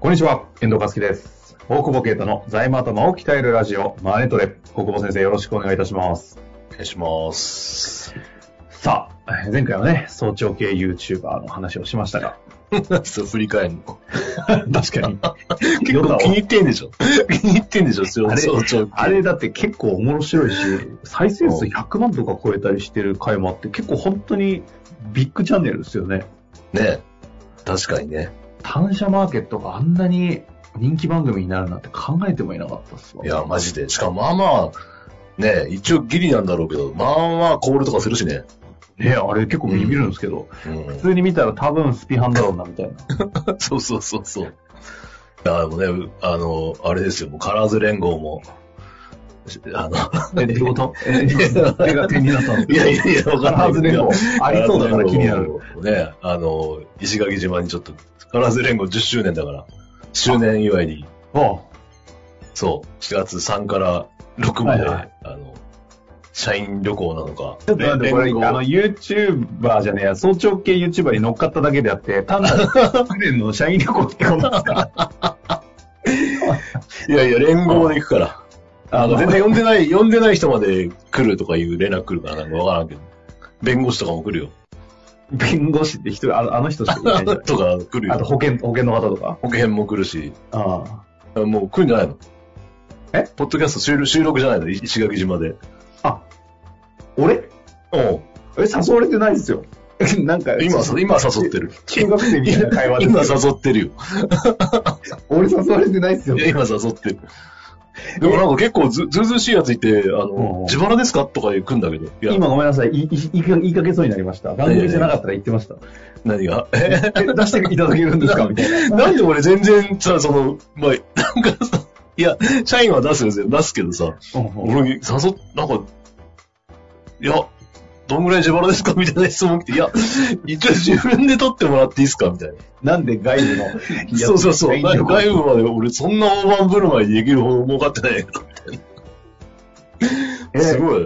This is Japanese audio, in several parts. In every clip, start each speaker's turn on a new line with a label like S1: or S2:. S1: こんにちは、遠藤和樹です。大久保啓太の財務頭を鍛えるラジオ、マネトレ。大久保先生、よろしくお願いいたします。
S2: お願いします。
S1: さあ、前回はね、早朝系 YouTuber の話をしました が、
S2: そう、振り返るの。
S1: 確 かに。
S2: 結構気に入ってんでしょ 気に入ってんでしょそう
S1: あれ
S2: 早朝
S1: あれだって結構面白いし、再生数100万とか超えたりしてる回もあって、結構本当にビッグチャンネルですよね。
S2: ね。確かにね。
S1: 単車マーケットがあんなに人気番組になるなんて考えてもいなかったっすわ。
S2: いや、マジで。しかも、まあまあ、ね、一応ギリなんだろうけど、まあまあコールとかするしね。
S1: ねあれ結構ビビるんですけど、
S2: うん
S1: 普通に見たら多分スピハンだろうな、みたいな。
S2: そうそうそうそう。だからもうね、あの、あれですよ、もうカラーズ連合も、しあの、
S1: え、どういうことえ、手が手になったの
S2: いやいやいや、わ
S1: カ
S2: か
S1: ラ
S2: らない
S1: ーズ連合。ありそうだから気になる。。
S2: ね、あの、石垣島にちょっと、カラーズ連合10周年だから、周年祝いに、
S1: あ
S2: そう、4月3から6まで、
S1: はいはい
S2: あの、社員旅行なのか。
S1: ちょっと待って、これ、
S2: 連合
S1: あの、YouTuber じゃねえや、早朝系 YouTuber に乗っかっただけであって、単なる去年の社員旅行ってことですか
S2: いやいや、連合で行くから。あの、全然呼んでない、呼んでない人まで来るとかいう連絡来るからなんかわからんけど。弁護士とかも来るよ。
S1: 弁護士って一人、あのあの人しかいないじゃん。
S2: とか来るよ。
S1: あと保険、保険の方とか。
S2: 保険も来るし。
S1: ああ。
S2: もう来るんじゃないの
S1: え
S2: ポッドキャスト収録収録じゃないのい石垣島で。
S1: 俺
S2: おう
S1: え、誘われてないですよ。なんか、
S2: 今、今誘ってる。
S1: 中学生みたいな会話
S2: 今
S1: ですよ。
S2: 誘ってるよ。
S1: 俺誘われてないですよ
S2: い。や、今誘ってる。でもなんか結構ず、ずうずうしいやついて、あ
S1: うんうん
S2: の、自腹ですかとか来るんだけど。いや、
S1: 今ごめんなさい。いいいいか言いかけそうになりました。番組じゃなかったら言ってました。
S2: 何がえ
S1: え 出していただけるんですかみたいな。
S2: なんで俺全然さ、その、まあ、なんかさ、いや、社員は出すよ、出すけどさ、俺、誘っ、なんか、いや、どんぐらい自腹ですかみたいな質問来て、いや、一応自分で取ってもらっていいですかみたいな。
S1: なんで外部の。
S2: そうそうそう。
S1: いや
S2: 外部まで俺そんな大盤振る舞いでできるほど儲かってないから
S1: え
S2: すごい。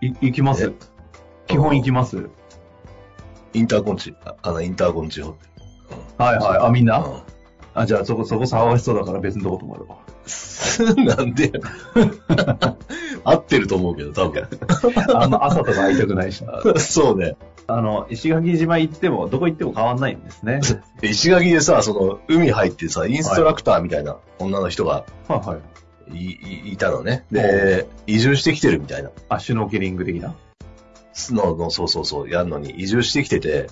S1: い行きます
S2: え。
S1: 基本行きます。はい
S2: インターコンチ、ああの、インターコンチを。
S1: はい。あ、みんな
S2: あ
S1: あ、じゃあそこ、そこ騒がしそうだから別のとこともある わ。
S2: なんで 合ってると思うけど、多 分。
S1: あんま朝とか会いたくないし。
S2: そうね。
S1: あの、石垣島行っても、どこ行っても変わんないんです ね。
S2: 石垣でさ、その、海入ってさ、インストラクターみたいな女の人が
S1: はいはい。
S2: い、いいたのね。で、移住してきてるみたいな。
S1: あ、シュノーケリング的な。
S2: の、の、そうそうそう、やるのに移住してきてて、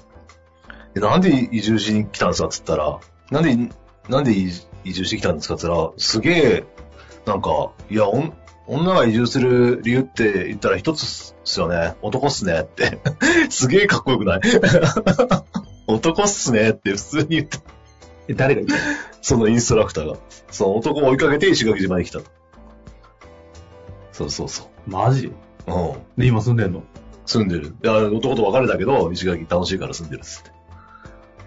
S2: でなんで移住しに来たんですかっつったら、なんで、なんで移移住してきたんですかっつったら、すげえ、なんか、いや、おん女が移住する理由って言ったら一つっすよね。男っすねって。 すげえかっこよくない 男っすねって普通に言って、
S1: え、誰が行っ
S2: そのインストラクターが。その男を追いかけて石垣島に来たと。そうそうそ
S1: たマジ
S2: う。うん。
S1: で、今住んでんの
S2: 住んでる。いや、男と別れたけど、石垣楽しいから住んでるっつって。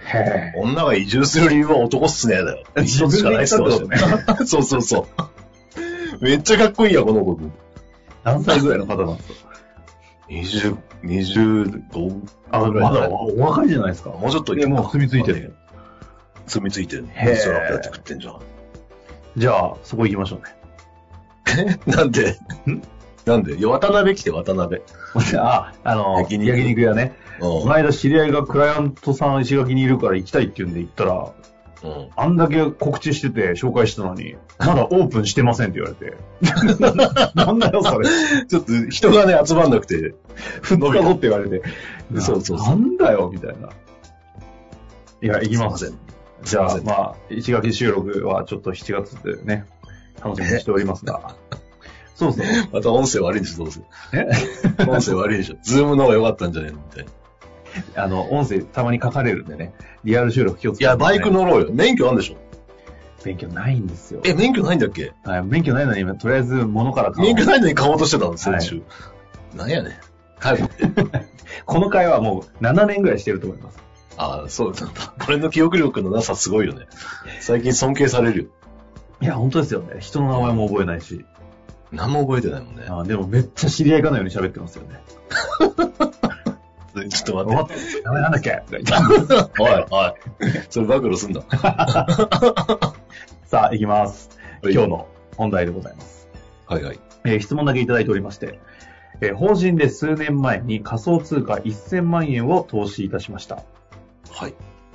S1: へ
S2: 女が移住する理由は男っすねだよ。一つしかないっすよ。
S1: 自分で言ったって
S2: そうそうそう。めっちゃかっこいいや、この子。
S1: 何歳ぐらいの方なんですか
S2: 20、25
S1: あ、
S2: ぐら
S1: ま
S2: いじゃ
S1: だ
S2: ない
S1: お若いじゃないですか。
S2: もうちょっと
S1: でもう住み着いてる。
S2: 住み着いてる。
S1: へー
S2: そやって食ってんじゃん。
S1: じゃあ、そこ行きましょう
S2: なん でなんでいや渡辺来て、渡辺。
S1: ね。 あ、あの、
S2: 焼肉
S1: 焼肉屋ね。こ
S2: う
S1: の間知り合いがクライアントさん石垣にいるから行きたいって言うんで行ったら、
S2: ん。うん。
S1: あんだけ告知してて紹介してたのに、まだオープンしてませんって 言われて。なんだよ、それ。
S2: ちょっと人がね、集まんなくて。
S1: ふっかごって言われて。
S2: なそうそうそう
S1: なんだよ、みたいな。いや、行きます。
S2: すいま
S1: じゃ
S2: す
S1: あ
S2: い、ま
S1: まあ、石垣収録はちょっと7月でね、楽しみにしておりますが。そうそう。
S2: また音声悪いんでしょ、どうせ。
S1: え
S2: 音声悪いでしょ。 ズームの方が良かったんじゃねえのみたいな。
S1: あの、音声たまに書かれるんでね、リアル収録気をつ
S2: い
S1: けて、ね。
S2: や、バイク。乗ろうよ。免許あるんでしょ
S1: 勉強ないんですよ。
S2: え、免許ないんだっけ
S1: はい、勉強ないのに、今とりあえず物から買おう
S2: 免許ないのに買おうとしてたの、先週。なんやねん。はい。
S1: この会話はもう7年ぐらいしてると思います。
S2: ああ、そうなんだ。俺の記憶力のなさすごいよね。最近尊敬されるよ。
S1: いや、本当ですよね。人の名前も覚えないし。
S2: 何も覚えてないもんね。
S1: あでもめっちゃ知り合いかのように喋ってますよね。
S2: ちょっと
S1: 名
S2: 待
S1: 前
S2: って。
S1: なんだっけとか言って
S2: おい、おい。それ暴露すんだ。
S1: さあ、行きます。
S2: はい
S1: 今日の本題でございます。
S2: はいはい。
S1: えー質問だけいただいておりまして、えー法人で数年前に仮想通貨1000万円を投資いたしました。
S2: はい。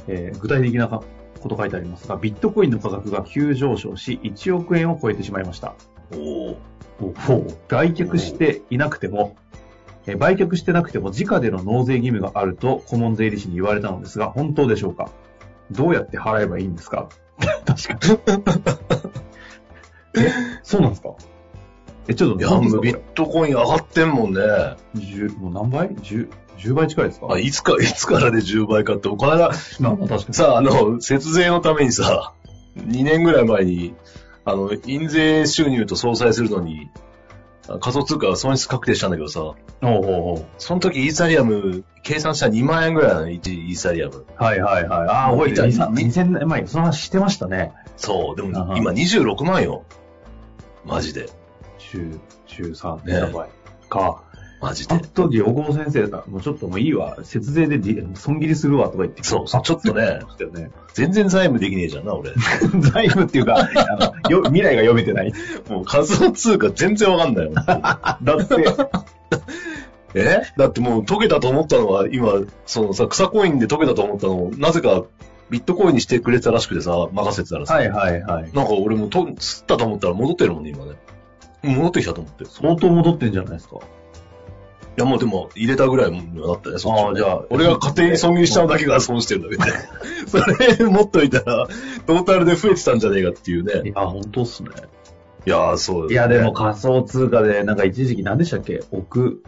S1: えー具体的なかこと書いてありますが、ビットコインの価格が急上昇し、1億円を超えてしまいました。
S2: おお。
S1: 売却していなくても、えー売却してなくても、直での納税義務があると顧問税理士に言われたのですが、本当でしょうかどうやって払えばいいんですか 確かに。え、そうなんですかえ、ちょっ
S2: い
S1: と、
S2: や、
S1: なんですか
S2: ビットコイン上がってんもんね。あ、
S1: 十もう何倍 ?10、10倍近いですか
S2: いつか、いつからで10倍かって、お金が、
S1: まあまあ確かに。
S2: さあ、あの、節税のためにさ、2年ぐらい前に、あの、印税収入と相殺するのに、あ仮想通貨が損失確定したんだけどさ、
S1: おうおうおう
S2: その時イーサリアム、計算したら2万円ぐらいなの、1イーサリアム。
S1: はいはいはい。ああ、
S2: もう
S1: 覚えてる。
S2: 見た
S1: 2000 2000年前にその話してましたね。
S2: そう、でも
S1: あは
S2: 今26万よ。マジで。
S1: 10、13、
S2: ね
S1: やばい。か。
S2: マジ
S1: あ
S2: で
S1: の。時、大久保先生が、もうちょっともういいわ、節税でり損切りするわとか言って。
S2: そうそうちょっとね
S1: そうだよね。
S2: 全然財務できねえじゃんな、俺。
S1: 財務っていうか、あのよ未来が読めてない。
S2: もう仮想通貨全然わかんないよ。
S1: だって、
S2: えだってもう溶けたと思ったのは、今、そのさ、草コインで溶けたと思ったのを、なぜかビットコインにしてくれてたらしくてさ、任せてたらさ、
S1: はいはいはい。
S2: なんか俺もと、吸ったと思ったら戻ってるもんね、今ね。戻ってきたと思って。い
S1: 相当戻ってんじゃないですか。
S2: や、もうでも、入れたぐらいにはなったね、そっちもね
S1: あーじゃあ
S2: 俺が家庭に損切りしたのだけが損してるだ けで。それ、持っといたら、トータルで増えてたんじゃねえかっていうね。
S1: いや、本当っすね。
S2: いやー、そう
S1: いや、でも、仮想通貨で、なんか一時期何でしたっけ億、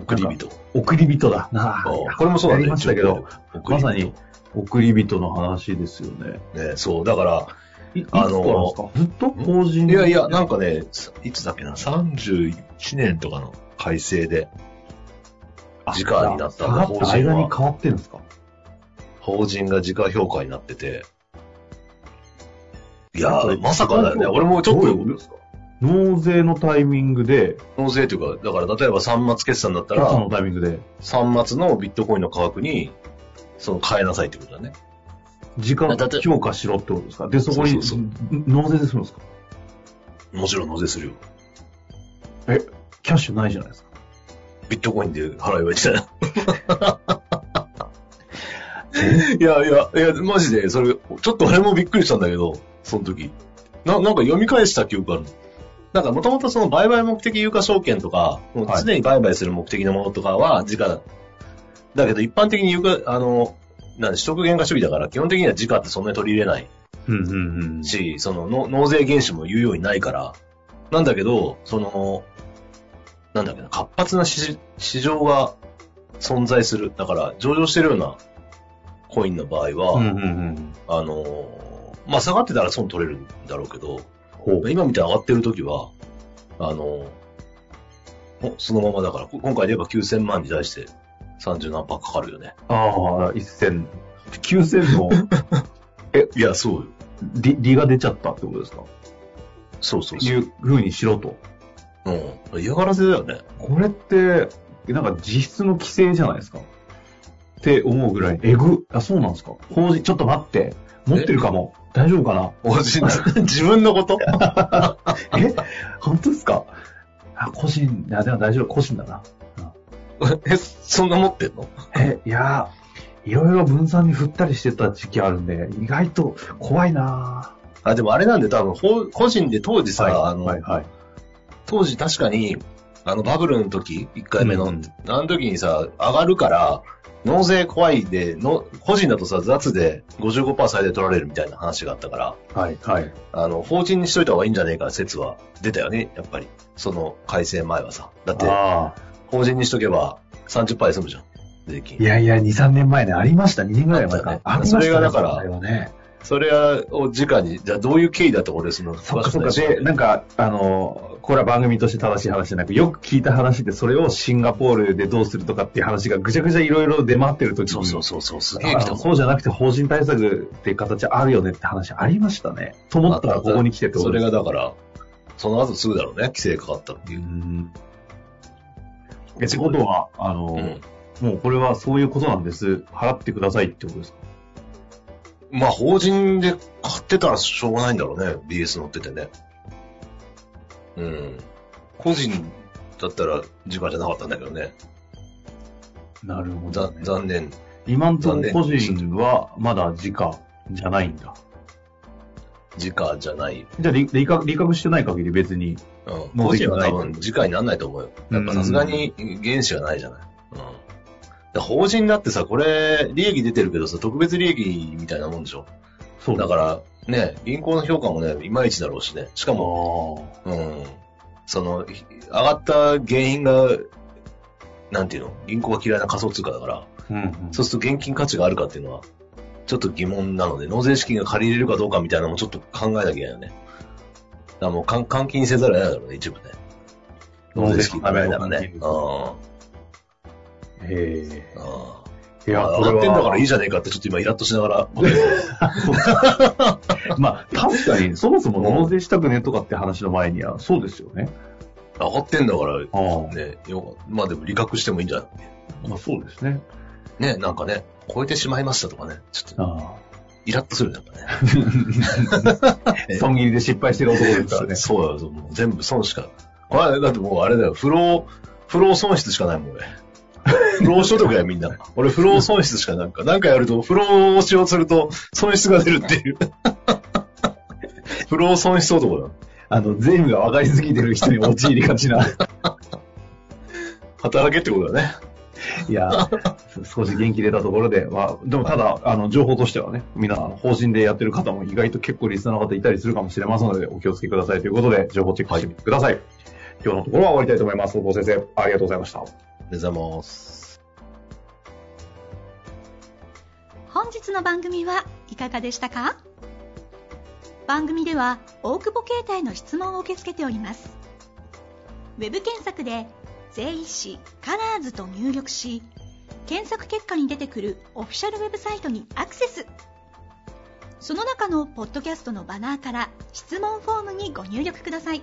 S2: 送り人。
S1: 送り人だ。なあ
S2: あーこれもそうだね。
S1: やりましたけど、
S2: 送り
S1: ま
S2: 人
S1: さに。送り人の話ですよね。
S2: ね、そう、だから、
S1: いいつか
S2: あ
S1: ら
S2: の
S1: ですかずっと法人
S2: いやいや、なんかね、さいつだっけな、31年とかの改正で、
S1: あ
S2: 時間になったん
S1: 下が
S2: だ
S1: っ
S2: 法
S1: た
S2: 人
S1: 間に
S2: は。
S1: 変わってるんですか
S2: 法人が時価評価になってて。いや
S1: これ
S2: ー、まさかだよね。
S1: 時価評価
S2: 俺もちょっ
S1: どういうこと
S2: と
S1: で、すか納税のタイミングで、
S2: 納税というか、だから例えば3末決算だった
S1: 決算
S2: ら
S1: の、タイミングで、
S2: 3末のビットコインの価格に、その変えなさいってことだね。
S1: 時間
S2: だって
S1: 評価しろってことですかで、そこに
S2: そうそう
S1: 納税するんですか
S2: もちろん納税するよ。
S1: キャッシュないじゃないですか。
S2: ビットコインで払えばいいじゃない。 いやいや、いや、マジで、それ、ちょっと俺もびっくりしたんだけど、その時。な、なんか読み返した記憶あるの。なんかもともとその売買目的有価証券とか、もう
S1: はい
S2: 常に売買する目的のものとかは、時価、だけど一般的に有価、あの、なんで、取得原価主義だから、基本的には時価ってそんなに取り入れない。
S1: うんうんうん
S2: し、そのの納税原資も言うようにないから、なんだけど、その、なんだっけな、活発な市市場が存在する。だから、上場してるようなコインの場合は、
S1: うんうんうん。
S2: あの、まあ、下がってたら損取れるんだろうけど、
S1: ほう。
S2: 今みたいに上がってる時は、あの、おそのままだから、こ今回で言えば9000万に対して30何パーかかるよね。
S1: ああ、一千、九千の
S2: いや、そうよ。
S1: 利 利が出ちゃったってことですか
S2: そうそう
S1: い
S2: そう。
S1: うふうにしろと。
S2: うん。嫌がらせだよ ね。
S1: これって、なんか実質の規制じゃないですかって思うぐらい、えぐ。あ、そうなんですか法人、ちょっと待って。持ってるかも。大丈夫かな
S2: おじ 自分のこと
S1: え本当ですかあ、個人、いや、でも大丈夫、個人だな。
S2: え、そんな持ってんの
S1: え、いや、いろいろ分散に振ったりしてた時期あるんで、意外と怖いなぁ
S2: あ、でもあれなんで多分、ほ個人で当時さ、
S1: はい
S2: あの、
S1: はい、はい。
S2: 当時確かに、あのバブルの時、1回目の、
S1: うん
S2: あの時にさ、上がるから、納税怖いで、の個人だとさ、雑で55%最大取られるみたいな話があったから、
S1: はい、はい。
S2: あの、法人にしといた方がいいんじゃねえか説は出たよね、やっぱり。その改正前はさ。だって、
S1: ああ。
S2: 法人にしとけば30%で済むじゃん、税金
S1: い。やいや、2、3年前ね、ありました。2年ぐらい前か。
S2: あ
S1: あ
S2: ったね
S1: りましたね
S2: それがだから
S1: その問題はね。
S2: それは、を直に、じゃあどういう経緯だと俺、その、
S1: そっかそっ
S2: 詳
S1: か。
S2: しくないし
S1: で、なんか、あの、これは番組として正しい話じゃなく、よく聞いた話で、それをシンガポールでどうするとかっていう話がぐちゃぐちゃいろいろ出回ってる時に、
S2: そうそうそうそう、すげえ
S1: あ
S2: 来た
S1: の
S2: もん。
S1: そうじゃなくて法人対策っていう形あるよねって話ありましたね。と思ったらここに来てってこ
S2: そ
S1: と
S2: れ
S1: です
S2: がだから、その後すぐだろうね、規制かかったっていうう。
S1: ん。え、ってことは、あの、
S2: うん
S1: もうこれはそういうことなんです。払ってくださいってことですか
S2: まあ、法人で買ってたらしょうがないんだろうね、BS 乗っててね。うん。個人だったら時間じゃなかったんだけどね。
S1: なるほ
S2: ざ残念。
S1: 今んとこ個人はまだ時価じゃないんだ。
S2: 時価じゃない。
S1: じゃあ、り理覚理覚してない限り別に。
S2: うん。
S1: もう
S2: 個人は
S1: でき
S2: 多
S1: ない
S2: 分時価にならないと思うよ。やっぱさすがに原資がないじゃない。うん。だから法人だってさ、これ、利益出てるけどさ、特別利益みたいなもんでしょ。
S1: そう
S2: だ
S1: ら。
S2: から、ね、銀行の評価もね、いまいちだろうしね。しか
S1: あ
S2: も、うん。その、ひ上がった原因が、なんていうの銀行が嫌いな仮想通貨だから、
S1: あ。うん、
S2: そうすると現金価値があるかっていうのは、ちょっと疑問なので、納税資金が借りれるかどうかみたいなのもちょっと考えなきゃいけないよね。だからもう換換金せざるを得ないだろうね、一部ね。納税資金がないならね。うん。
S1: へ
S2: うん
S1: え。いや、こ
S2: 上
S1: れ
S2: がってんだからいい
S1: は、
S2: じゃねえかってちょっと今イラッとしながら。
S1: まあ、確かに、そもそも納税したくねとかって話の前には、そうですよね。
S2: 上がってんだから、
S1: ああ。
S2: ね、よまあでも理覚してもいいんじゃない
S1: まあ、そうですね。
S2: ね、なんかね、超えてしまいましたとかね、ちょっと
S1: あ
S2: イラッとするねなんかね。
S1: あ。損切りで失敗してる男です からね。
S2: そうだよ、もう全部損しか。これだってもうあれだよ、不労、不労損失しかないもん、 俺。不労所得や、みんな。俺、不労損失しかなんか、なんかやると、不労を使用すると、損失が出るって いう。不労損失男だよ。
S1: あの、税務が分かりすぎてる人に陥りがちな。
S2: 働けってことだね。
S1: いや、少し元気出たところで、まあ、でもただ、あの、情報としてはね、みんな、法人でやってる方も意外と結構リスナーの方いたりするかもしれませんので、お気をつけくださいということで、情報チェックしてみてください。今日のところは終わりたいと思います。大久保先生、ありがとうございました。
S2: 目覚ます。
S3: 本日の番組はいかがでしたか番組では大久保携帯の質問を受け付けておりますウェブ検索で「税理士カラーズと入力し検索結果に出てくるオフィシャルウェブサイトにアクセスその中のポッドキャストのバナーから質問フォームにご入力ください